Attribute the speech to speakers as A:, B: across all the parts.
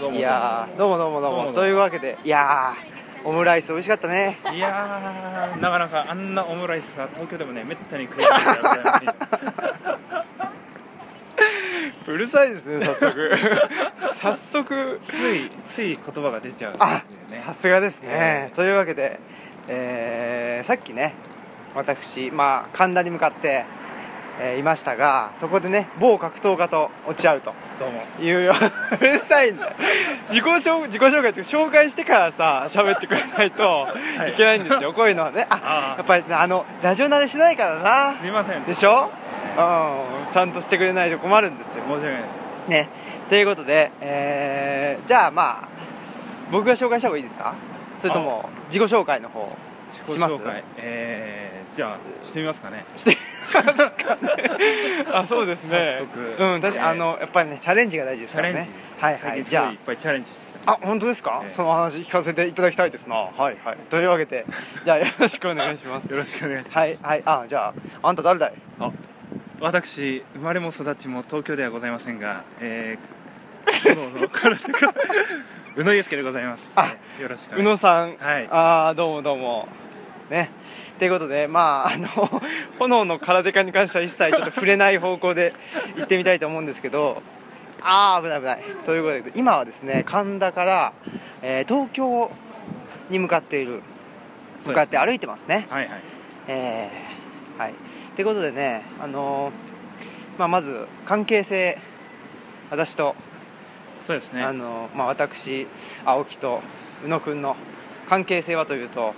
A: どうも
B: いやーどうもどうもどう
A: どうもど
B: も
A: うも
B: というわけでいやーオムライス美味しかったね
A: いやーなかなかあんなオムライスは東京でもねめったに食えないからございませんよ
B: うるさいですね早 速早速
A: ついつい言葉が出ちゃうん
B: あ
A: ですよ
B: さ
A: ね
B: すがですね、
A: ええ
B: というわけで、えーさっきね私、まあ、神田に向かって、えーいましたがそこでね某格闘家と落ち合うと
A: どうも
B: いうようるさいんだよ自己紹自己紹介っていうか紹介してからさ喋ってくれないと
A: い
B: いけないん ですよ、こういうのはねあ
A: あー
B: やっぱりねあのラジオ慣れしてないから
A: すいませ
B: な
A: ん
B: で
A: 申し
B: しょうんちゃんとしてくれないと困るんですよ
A: 訳ないです
B: ねということで、えーじゃあまあ僕が紹介した方がいいですかそれとも自己紹介の方
A: 自
B: し
A: 己
B: ます
A: 紹介えー、じゃあしてみますかね
B: してます かねあそうですね
A: 早速
B: うん確かにあのやっぱりねチャレンジが大事です
A: チャ
B: から
A: レンジで
B: ね
A: す、
B: はいは
A: 最
B: い
A: 近
B: じ
A: すごい
B: ゃ
A: いっぱいチャレンジしてきた
B: ああ本当ですか、
A: ええ
B: そのお話聞かせていただきたいですなはいはいというわけでじゃあよろしくお願いします
A: よろしくお願いします
B: はいはいあじゃああんた誰だい
A: あ私生まれも育ちも東京ではございませんがえ ーどうぞ宇野祐介でございます
B: あ
A: よろしくお
B: 宇
A: 願い
B: 野
A: し
B: さん、
A: はい
B: ああどうもどうもねということでまああの 炎の空手家に関しては一切ちょっと触れない方向で行ってみたいと思うんですけどああ危ない危ないということで今はですね神田から、えー東京に向かっている
A: す
B: 向かって歩いてますね
A: はいはい
B: えーはいということでねあのーまあ、まず関係性私と
A: そうですね
B: あのまあ、私青木と宇野くんの関係性はというと、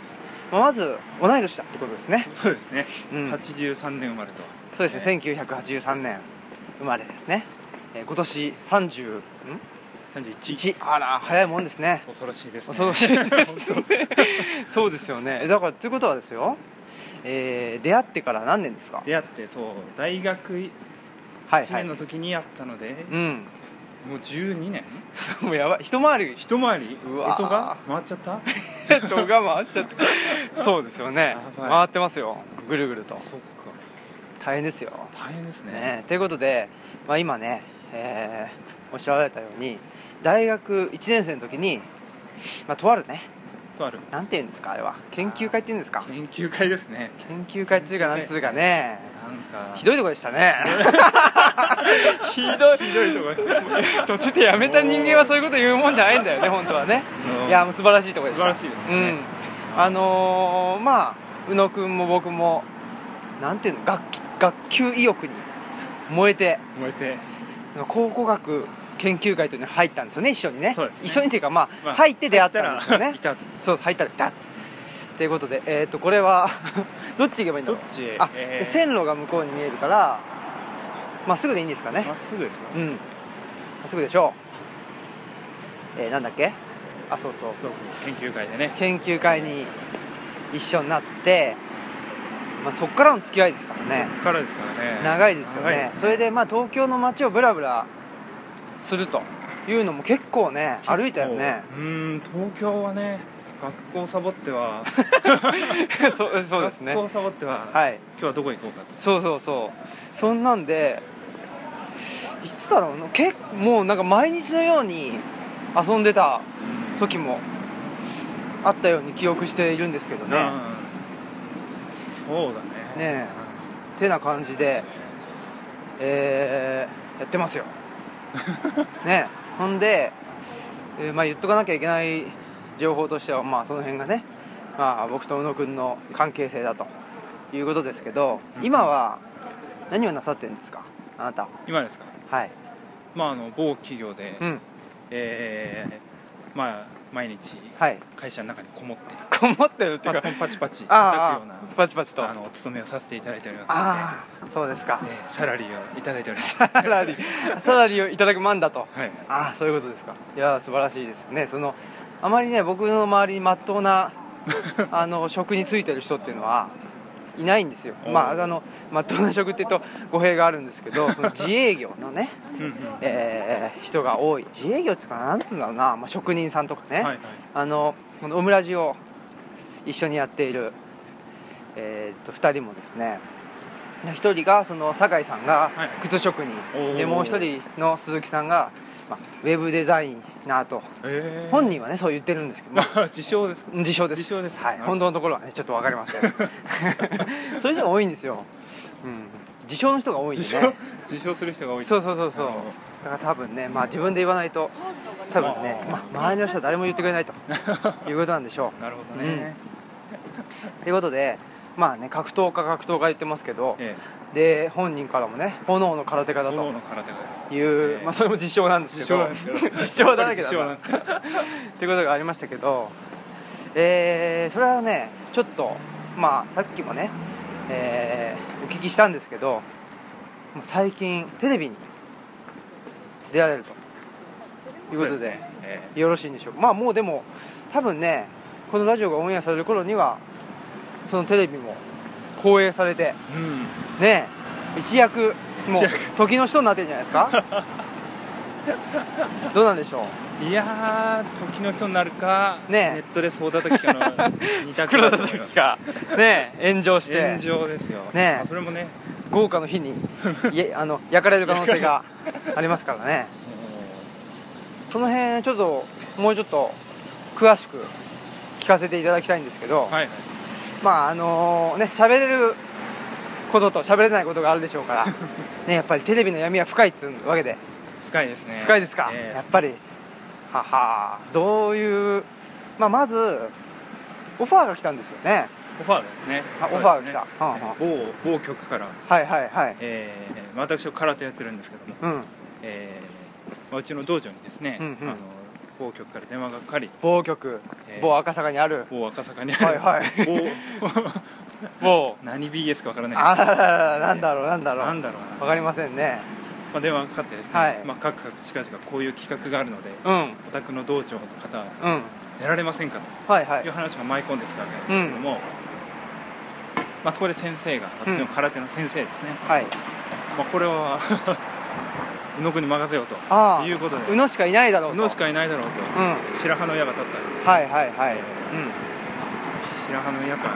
B: まあまず同い年だってことですね
A: そうですね、
B: うん
A: 83年生まれと
B: そうですね、1983年生まれですね、えー今年30ん
A: 31
B: 1あら早いもんですね
A: 恐ろしいですね
B: 恐ろしいですね そうですよねえだからということはですよ、えー出会ってから何年ですか
A: 出会ってそう大学1
B: はいはい
A: 年の時にやったので、
B: うん
A: もう12年
B: もうやばい一回り
A: 一回り
B: うわー
A: 音が回っちゃった
B: ヘッドが回っちゃってそうですよね
A: やばい
B: 回ってますよぐるぐると
A: そっか
B: 大変ですよ
A: 大変ですね
B: ね、ということで、まあ、今ね、えーおっしゃられたように大学1年生の時に、まあ、とあるね
A: とある
B: なんて言うんですかあれは研究会って言うんですか
A: 研究会ですね
B: 研究会つうかなんつうかね
A: なんか
B: ひどいとこでしたねひどい
A: ひどいとこ
B: 途中でやめた人間はそういうこと言うもんじゃないんだよね本当はね
A: うん
B: いやもう素晴らしいところでした
A: 素晴らしいですね
B: うん、あのーまあ宇野くんも僕もなんていうの学学級意欲に燃えて
A: 燃えて
B: 考古学研究会というのに入ったんですよね一緒にね
A: そうですね
B: 一緒にっていうかまあ、
A: まあ
B: 入って出会ったんですよ
A: い
B: ね
A: たらい
B: そう入ったらいたっていうことでえっ、とこれは どっち行けばいいんだろう
A: どっちへ
B: あ、
A: えー
B: で線路が向こうに見えるからまっすぐでいいんですか
A: た
B: ね
A: まっすぐですか
B: うんまっすぐでしょうえー、なんだっけあそうそう
A: そうそう研究会でね
B: 研究会に一緒になって、まあ、そっからの付き合いですからね
A: からですからね
B: 長いですよ
A: 長
B: ねそれでまあ東京の街をブラブラするというのも結構ね歩いたよね
A: うーん東京はね学校サボっては
B: そうそうですね
A: 学校サボっては、
B: はい
A: 今日はどこ行こうかと
B: そうそうそうそんなんでいつだろうな結もうなんか毎日のように遊んでた時もあったように記憶しているんですけどね、
A: うんそうだね
B: ねてな感じで、えーやってます よねほんで、えーまあ、言っとかなきゃいけない情報としては、まあ、その辺がね、まあ、僕と宇野くんの関係性だということですけど
A: うん
B: 今は何をなさってるんですかあなた
A: 今ですか
B: はい
A: まああの某企業で、
B: うん
A: えーまあ毎日
B: はい
A: 会社の中にこもって
B: こもってるってい
A: パ
B: う
A: ソ
B: か
A: コンパチパチ叩くよう
B: あー
A: な
B: あーパチパチと
A: あのお勤めをさせていただいておりま
B: ああそうですか
A: すので、ねサラリーをいただいており ます
B: サラリーサラリーをいただくマンだと
A: はい
B: ああそういうことですかいやー素晴らしいですよねそのあまりね僕の周りにまっとう なあの職に就いてる人っていうのはいないんですよ
A: おー
B: まああのまっとうな職って言うと語弊があるんですけどその自営業のね、
A: うんうん
B: えー人が多い自営業っていうかなんつうんだろうな、まあ、職人さんとかね、
A: はいはい
B: あのこのオムラジを一緒にやっている、えーっと2人もですね1人がその酒井さんが
A: はい
B: 靴職人、
A: おー
B: でもう1人の鈴木さんがまあ、ウェブデザイナーと
A: え
B: 本人はねそう言ってるんですけど、まあ
A: 自称ですか
B: 自称です
A: 自称です
B: はい、
A: うん
B: 本当のところはねちょっと分かりま せんそういう人が多いんですよ、うん、自称の人が多いん
A: 自
B: で
A: 称
B: ね
A: 自称する人が多い
B: そうそうそうそう
A: なるほ
B: だから多分ね、まあ、自分で言わないと多分ね、まあ、周りの人は誰も言ってくれないということなんでしょう
A: なるほどね、
B: ということでまあね格闘家格闘家言ってますけど
A: ええ
B: で本人からもね炎の空手家だ
A: 炎
B: と
A: の空手がです
B: いう、
A: ええ
B: まあ、それも自称なんですけ
A: 自称
B: ど
A: なんですけど
B: 実証だらけだ
A: 実証
B: な
A: な
B: っ
A: んで
B: てことがありましたけど、えーそれはねちょっとまあさっきもね、えーお聞きしたんですけどもう最近テレビに出られるということで
A: え
B: よろしいんでしょうかまあもうでも多分ねこのラジオがオンエアされる頃にはそのテレビも放映されて
A: えうん
B: ねえ一躍もう
A: 一躍
B: 時の人になってるんじゃないです かどうなんでしょう
A: いやー時の人になるか、
B: ねえ
A: ネットでそうだ時かの 二択だと思います
B: がねえ炎上して
A: 炎上ですよ、
B: ねえ
A: あそれもね
B: 豪華の日にい えあの焼かれる可能性がありますからねその辺ちょっともうちょっと詳しく聞かせていただきたいんですけど、
A: はいはい
B: まああのね喋れることと喋れないことがあるでしょう からねやっぱりテレビの闇は深いっつうわけで
A: 深いですね
B: 深いですか、
A: え
B: やっぱりははどういう、まあ、まずオファーが来たんですよね
A: えオファーですね
B: あ
A: そう
B: オ
A: ですね
B: ファーが来たはあはあ
A: ええ某某局から、
B: はいはいはい
A: ええまあ、私は空手やってるんですけども、
B: うん
A: ええまあ、うちの道場にですね、
B: うんうん
A: あの某局から電話がかかり
B: 某局、
A: えー
B: 某赤坂にある
A: 某赤坂に
B: はい
A: あ
B: はい
A: る某
B: 某
A: 何 BS かわからない
B: あららららなんだろうなんだろう
A: なんだろうな
B: わかりませんね
A: まあ、電話がかかってですね、
B: はい
A: まあ、各々近々こういう企画があるので、
B: うん
A: お宅の道場の方
B: うん
A: やられませんか
B: はいは
A: という
B: い
A: 話が舞い込んできたわけなんですけども、まあ、そこで先生が私の空手の先生ですね、
B: はい
A: まあ、これは 宇野君に任せようと
B: ああ
A: いうことで
B: 宇野しかいないだろうと
A: 宇野しかいないだろう
B: うんはい
A: と白羽の矢が立ったわけで
B: はいはい
A: す白羽の矢か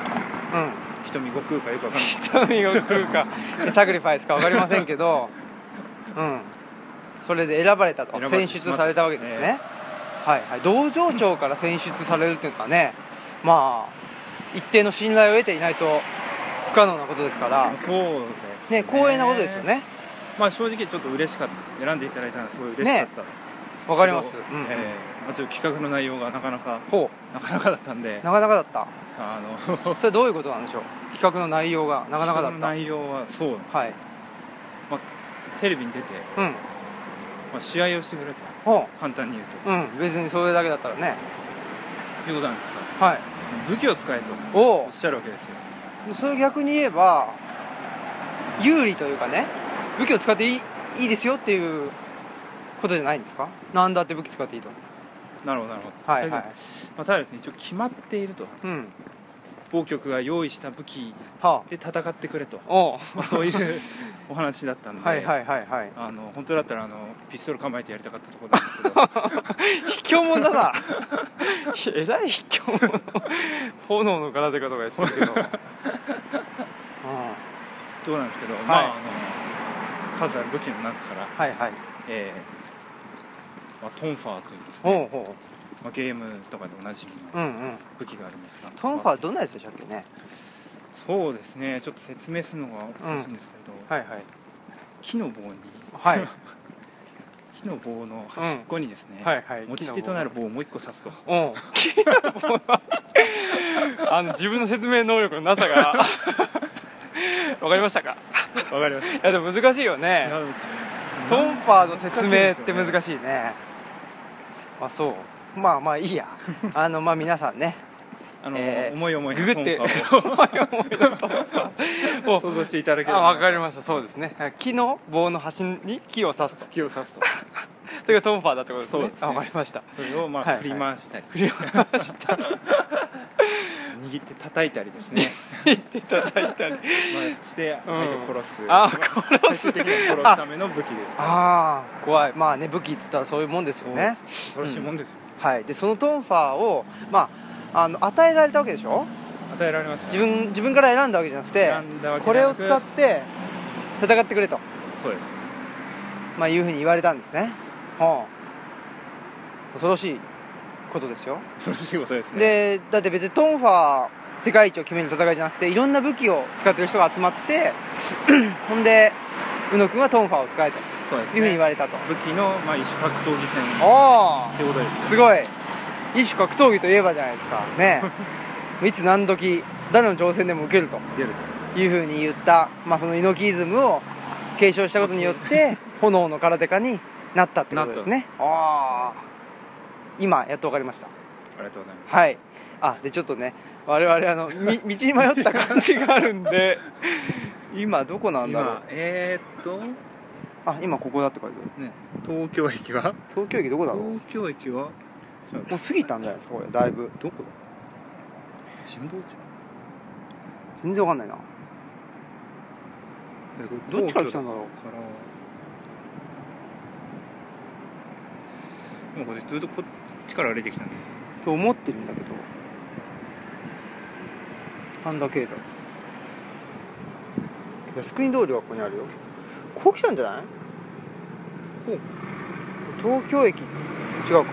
B: うんうん
A: 瞳悟空かよくわかんない
B: 瞳が来るかサクリファイスか分かりませんけど、うん、それで選ばれたと
A: 選ばれ
B: 選
A: てしまった
B: 出されたわけですね、はいはい、道場長から選出されるっていうのはねまあ一定の信頼を得ていないと不可能なことですから、ね、
A: そうです
B: 光栄なことですよね
A: まあ正直ちょっと嬉しかった選んでいただいたのはすごい嬉しかった、
B: 分かります、
A: けど
B: うん
A: えーまあ、ちょっと企画の内容がなかなか
B: ほ
A: なかなかだったんで
B: うなかなかだった
A: あの
B: それどういうことなんでしょう企画の内容がなかなかだ
A: 企画の
B: った
A: 内容はそう
B: はい
A: テレビに出て、
B: うん
A: まあ、試合をしてくれと
B: ほ
A: 簡単に言うと
B: ううん別にそれだけだったらね
A: いうことなんですが
B: はい
A: 武器を使えと
B: お
A: お
B: お
A: っしゃるわけですよ
B: それ逆に言えば有利というかね武器を使っていいいいですよっていうことじゃないんですかなんだって武器使っていいと
A: なるほどなるほど
B: はいはい
A: だけどまあ、ただですね一応決まっていると
B: うん
A: 某局が用意した武器
B: は
A: で戦ってくれと、
B: あ おう
A: まあ、そういう お話だったんで
B: はいはいはいはい
A: あの本当だったらあのピストル構えてやりたかったところなんです けど
B: 卑怯者だな えらい卑怯者炎の空手家とかやってるけ ど、うん、は
A: どうなんですけど、まああの数ある武器の中から、
B: いはい
A: えーまあ、トンファーというですね、
B: ほうほ
A: まあ、ゲームとかでおなじみ
B: ううんう
A: の
B: ん
A: 武器がありますが
B: トンファーどんなやつでしたっけね
A: そうですねちょっと説明するのが難しいんですけど、
B: はいはい
A: 木の棒に
B: はい
A: 木の棒の端っこにですね、
B: はいはい
A: 持ち手となる棒をもう一個 刺すと
B: うん、あの自分の説明能力のなさが わかりましたか
A: わかりまし
B: いやでも難しいよ
A: た
B: ねトンファーの説明って難
A: し
B: しいねあそうまあまあいいや あのまあ皆さんね
A: あの、
B: えー
A: 思い思いの
B: ググって
A: トンファー
B: 思い思いのトンファー
A: を想像していただけれ
B: あ
A: ば
B: わかり
A: ま
B: ましたそうですね木の棒の端に木を刺すと
A: す木を刺すと
B: それがトンファーだってことですね
A: そうですね
B: あわかりました
A: それをま
B: はいは
A: あ
B: い
A: 振り回したり、
B: 振り回した
A: 握って叩いたりですね、
B: 言っていただいたり
A: まあ、して相手を殺す、
B: あ殺す
A: 最終的に殺すための武器で
B: ああ怖いまあね武器っつったらそういうもんですよね
A: 恐ろしいもんですよ、
B: はいでそのトンファーをまああの与えられたわけでしょ
A: 与えられました
B: 自
A: ね
B: 分自分から選んだわけじゃなくて
A: 選んだわけ
B: こ
A: じ
B: れ
A: ゃ
B: を
A: なく
B: 使って戦ってくれと、
A: そうです
B: まあ、いうふうに言われたんですねほう恐ろしいことですよ
A: 恐ろしいことですね
B: でだって別にトンファー世界一を決める戦いじゃなくていろんな武器を使ってる人が集まって ほんで宇野君はトンファーを使えと
A: そうです
B: いうふうに言わ
A: れ
B: れたと、
A: 武器の、まあ、一種格闘技戦っ
B: あ
A: てことです
B: あ
A: ね
B: すごい異種格闘技といえばじゃないですか ねいつ何時誰の挑戦でも受けると
A: 出る
B: いうふうに言った、まあ、その猪木イズムを継承したことによ って炎の空手家になったってことですねああ今やっと分かりました
A: とありがとうございます
B: はいあでちょっとね我々あのみ 道に迷った感じがあるん で今どこなんだろう
A: 今えー、っと
B: あ今ここだって書いてある
A: ね東京駅は
B: 東京駅どこだろうも
A: 東京駅は
B: う過ぎたんじゃないですかこれだいぶ
A: どこだ神保町
B: 全然わかんないな
A: えこれ
B: どっちから来たんだろう
A: 皇居からでもこれずっとこっちから歩いてきたんだ
B: と思ってるんだけど神田警察靖国通りはここにあるよこう来たんじゃない
A: ほう
B: 東京駅違うか
A: ここ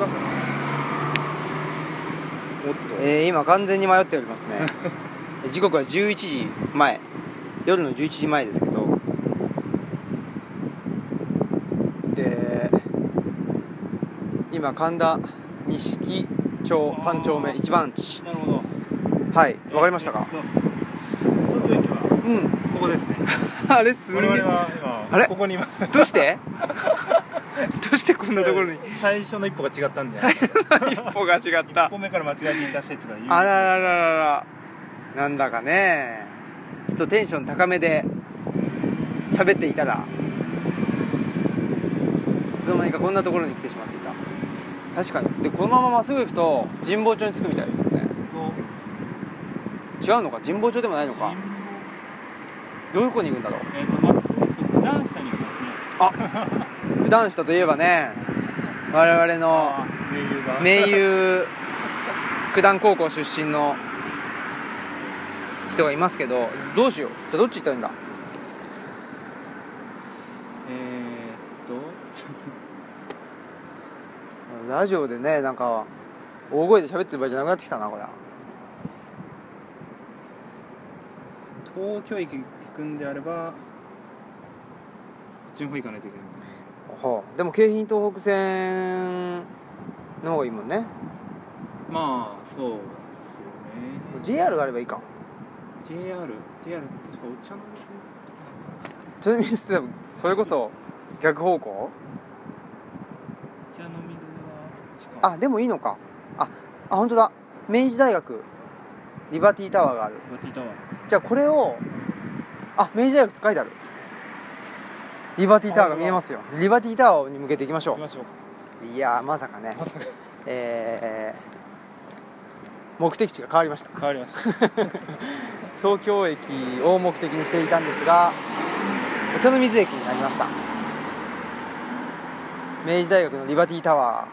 A: だからおっと
B: えー今完全に迷っております ね時刻は11時前夜の11時前ですけどで今神田錦町3丁目1番地
A: なるほど
B: はいわかりましたか
A: えーっと東京駅は
B: うん
A: ここですね
B: あれすんげ
A: 我々
B: え
A: は今
B: あれ
A: ここにい ます
B: どうして どうしてこんなところに
A: 最初の一歩が違ったんで1
B: 一歩が違った
A: 歩目から間違えていた説が有名
B: あらららららなんだかねちょっとテンション高めで喋っていたらいつの間にかこんなところに来てしまっていた確かにでこのまままっすぐ行くと神保町に着くみたいですよね
A: と
B: 違うのか神保町でもないのかどういう子に行くんだろう
C: えー、とまっすぐ行くと九段下に行きますね
B: 九段下といえばね我々の
A: 名優が
B: 名優九段高校出身の人がいますけどどうしようじゃあどっち行ったらいいんだ
A: えー、っとちょ
B: ラジオでねなんか大声で喋ってる場合じゃなくなってきたなこれ
A: 東京駅行くんであればこっちの方行かないといけない
B: ほうでも京浜東北線の方がいいもんね
A: まあそうですよね
B: JR があればいいか
A: JR JR 確かお茶の水
B: ちなみにでもそれこそ逆方向
C: お茶の水は
B: あでもいいのかああ本当だ明治大学リバティタワーがある
C: バティタワー
B: じゃあこれをあ明治大学って書いてあるリバティタワーが見えますよリバティタワーに向けていきましょ
A: 行きましょう
B: ういやーまさかね
A: まさか
B: えー目的地が変わりました
A: 変わります
B: 東京駅を目的にしていたんですがお茶の水駅になりました明治大学のリバティタワ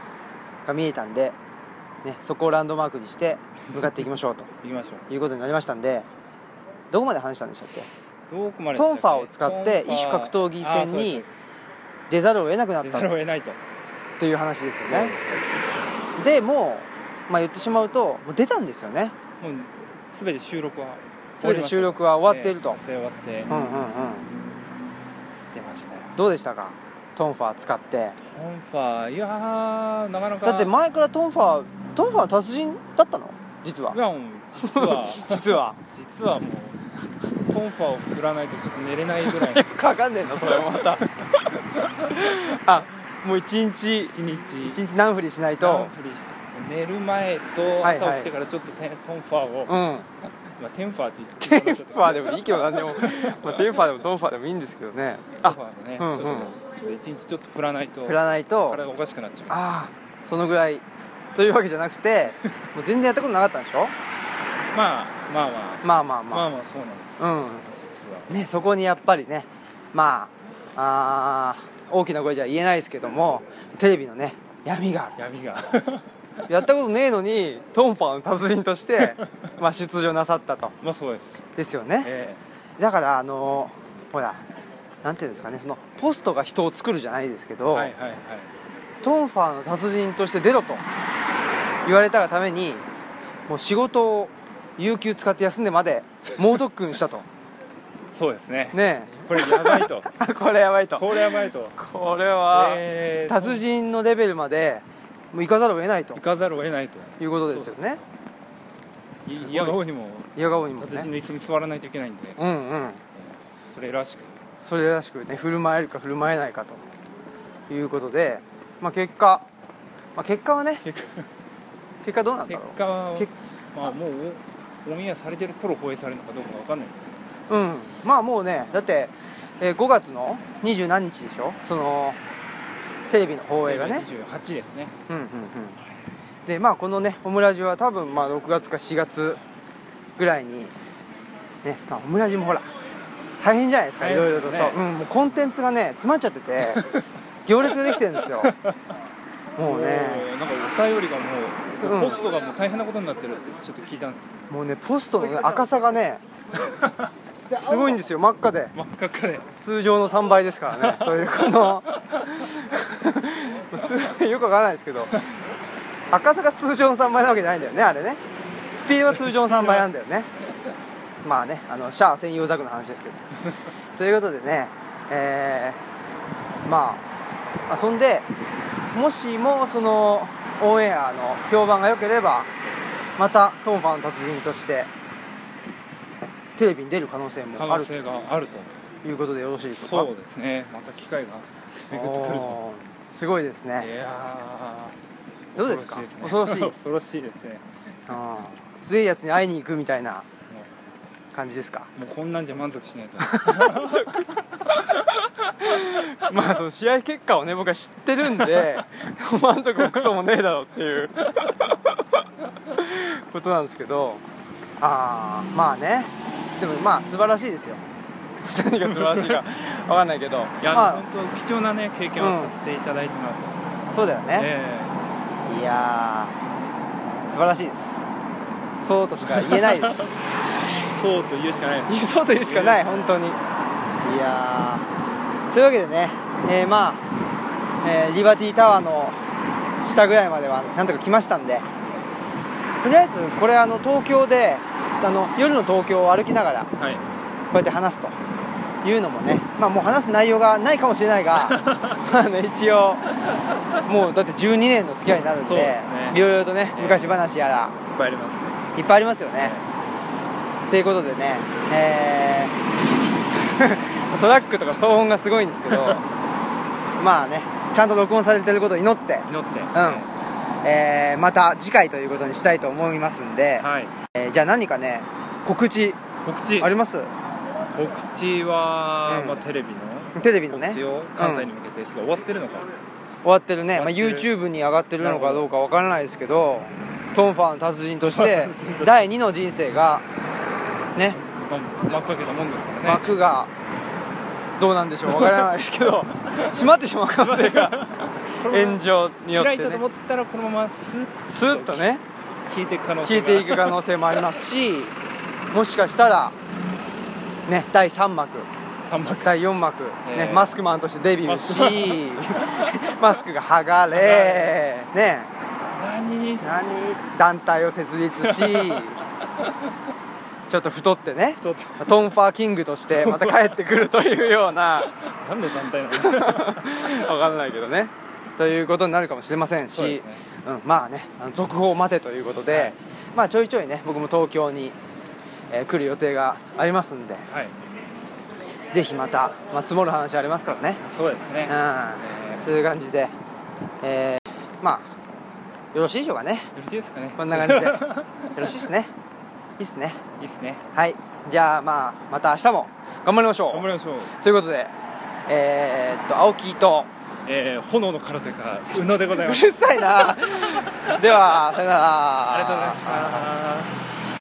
B: ーが見えたんで、ね、そこをランドマークにして向かっていきましょうと
A: 行きましょう
B: いうことになりましたんでどこまで話したんでしたっけ
A: どこまでで
B: ト
A: したっ
B: ン
A: け
B: ファーを使って
A: トンファー
B: 異種格闘技戦
A: あ
B: に
A: ーそうです
B: 出ざるを得なくなっ
A: 出
B: た
A: ざるを得ないと
B: という話ですよねでもう、まあ、言ってしまうともう出たんですよね
A: もう全て収録は
B: 全て収録は終わっていると、
A: 撮影終わって
B: うんうんうん
A: 出ましたよ
B: どうでしたかトンファー使って
A: トンファーいやーなかなか
B: だって前からトンファートンファーは達人だったの実はい
A: やもう実は
B: 実は
A: 実はもうトンファーを振らないとちょっと寝れないぐらいの
B: かかんねえなそれもまた あもう一日
A: 一日
B: 一日何振りしない
A: ダウン
B: と
A: フリして寝る前と
B: はい
A: 朝
B: はい
A: 起きてからちょっとテントンファー
B: う
A: を、
B: ん
A: まあ、テンファーって言って
B: テンファー
A: で
B: でもいいけど何でも、まあ、テンファーでもトンファーでもいいんですけどね
A: テン
B: あ
A: ファーのね、
B: うんうん
A: ちょっと一日ちょっと振らないと
B: 振らないと
A: 体がおかしくなっちゃう
B: ああそのぐらいというわけじゃなく てもう全然やったことなかったんでしょ
A: まあまあま
B: まあまあ
A: あまあ
B: ま
A: まあそうな
B: あ、うん
A: んです実は
B: ね、そこにやっぱりねまああー大きな声じゃ言えないですけどもテレビのね闇があ
A: 闇が
B: るやったことねえのにトンパの達人と して、まあ、出場なさったと
A: まあそうです
B: ですよね
A: え
B: だからあのーほらなんていうんですかねそのポストが人を作るじゃないですけど、
C: はいはいはい
B: トンファーの達人として出ろと言われたがためにもう仕事を有給使って休んでまで猛特訓 したと
A: そうですね
B: ね
A: これやばい と
B: え これやばいと
A: これやばいと
B: これは、
A: えー
B: 達人のレベルまでもう行かざるを得ないと
A: 行かざるを得ないと
B: いうことですよね
A: いいや方にも
B: いや顔にも
A: 達人
B: ね
A: の椅子に座らないといけないんで
B: うんうん
A: それらしく
B: それらしくね振る舞えるか振る舞えないかということで、まあ、結果、まあ、結果はね
A: 結
B: 結果どうなんだ
A: 結
B: ろう
A: 果は
B: 結
A: まあもうおオンエアされてる頃放映されるのかどうかわかんないですけ
B: うんまあもうねだって、えー5月の二十何日でしょそのテレビの放
A: ど
B: 映がね
A: 28ですね
B: うんうんうんでまあこのねオムラジは多分まあ6月か4月ぐらいにね、まあ、オムラジもほら大変じゃないですかい
A: 大変
B: ろ
A: で
B: い
A: す
B: ろ
A: よ
B: と
A: ね
B: そう、うん、もうコンテンツがね詰まっちゃって て行列ができてるんですよもうね
A: おーなんかお便りがもう、
B: うん
A: ポストがもう大変なことになってるってちょっと聞いたんですけ
B: もうねポストの、ね、赤さが ねすごいんですよ真っ赤で
A: ど真っ赤っかで
B: 通常の3倍ですからねというこの 通よくわからないですけど赤さが通常の3倍なわけじゃないんだよねあれねスピードは通常の3倍なんだよねまあねあのシャア専用ザクの話ですけどということでねえーまああそんでもしもそのオンエアの評判が良ければまたトンファンの達人としてテレビに出る可能性も
A: 可
B: あ
A: 能
B: る
A: 性があると
B: ということでよろしいでしょうか
A: そうですねまた機会が巡ってくると
B: おーすごいです
A: い
B: ね
A: やー
B: どうですか
A: 恐ろしいです
B: 恐ろしい
A: ね 恐ろしいですね
B: あー強いやつに会いに行くみたいな
A: も
B: 感じですか
A: うもうこんなんじゃ満足しないと
B: まあその試合結果をね僕は知ってるん で満足もクソもねえだろうっていう ことなんですけどああまあねでもまあ素晴らしいですよ何が素晴らし いか分かんないけど
A: いや、
B: ま
A: 本当貴重なね経験をさせていただいたなと、
B: あそうだよね、
A: え
B: いやー素晴らしいですそうとしか言えないです
A: えそうと言うしかないです
B: そうというしかない本当にいやーそういうわけでね、えーまあ、えーリバティタワーの下ぐらいまではなんとか来ましたんでとりあえずこれあの東京であの夜の東京を歩きながらこ
A: はいう
B: やって話すというのもねまあもう話す内容がないかもしれない がまあね一応もうだって12年の付き合いになるんで
A: そうです
B: い
A: ね
B: ろいろとね
A: ええ
B: 昔話やら
A: いっぱいありますね
B: いっぱいありますよね、ということでね、えー トラックとか騒音がすごいんですけど まあねちゃんと録音されてることを祈って、
A: 祈って
B: うんえーまた次回ということにしたいと思いますんで、
A: はい
B: えーじゃあ何かね告知
A: 告知
B: あります
A: 告知は、
B: うん
A: まあ、テレビの
B: テレビのね
A: 告知を関西に向けて、てか終わってるのか
B: 終わってるね、まあ、
A: 終わって
B: YouTube に上がってるのかどうかわからないですけどトンファーの達人と して第2の人生がね
A: まあ真っ赤けたもんですからね
B: 幕がどうなんでしょうわからないですけ ど閉まってしまう可能性が炎上によっ
A: 開
B: て、
A: いたと
B: ね
A: 思、ったらこのまます
B: スーッとね
A: 消えていく可能
B: 消
A: 性
B: え
A: が
B: ていく可能性もありますしもしかしたらね第3幕
A: 3幕
B: 第4幕、
A: え
B: ね
A: ー
B: マスクマンとしてデビューし マスクが剥が
A: 剥が
B: れ
A: れ、
B: ね、
A: 何
B: 何団体を設立 しちょっと太ってね
A: 人って
B: トンファーキングとしてまた帰ってくるというような。
A: 何の団体なの
B: わかんないけどねということになるかもしれませんし
A: そうですね
B: うん、まあねあの続報を待てということで、
A: はい
B: まあちょいちょいね僕も東京に、えー来る予定がありますんで
A: はい
B: ぜひまた、まあ、積もる話ありますからね
A: そうですねよ
B: うん、そういう感じで、えーまあよろしいでしょうかね
A: ろしいですかね
B: こんな感じでよ
A: い
B: ろしいですねいいっすね
A: いっすね
B: はいじゃあまあまた明日も頑張りましょ
A: 頑張りましょう
B: うということでえーっと青木と
A: えー、炎の空手家宇野でございうます
B: るさいなではさよなら
A: ありがとうございました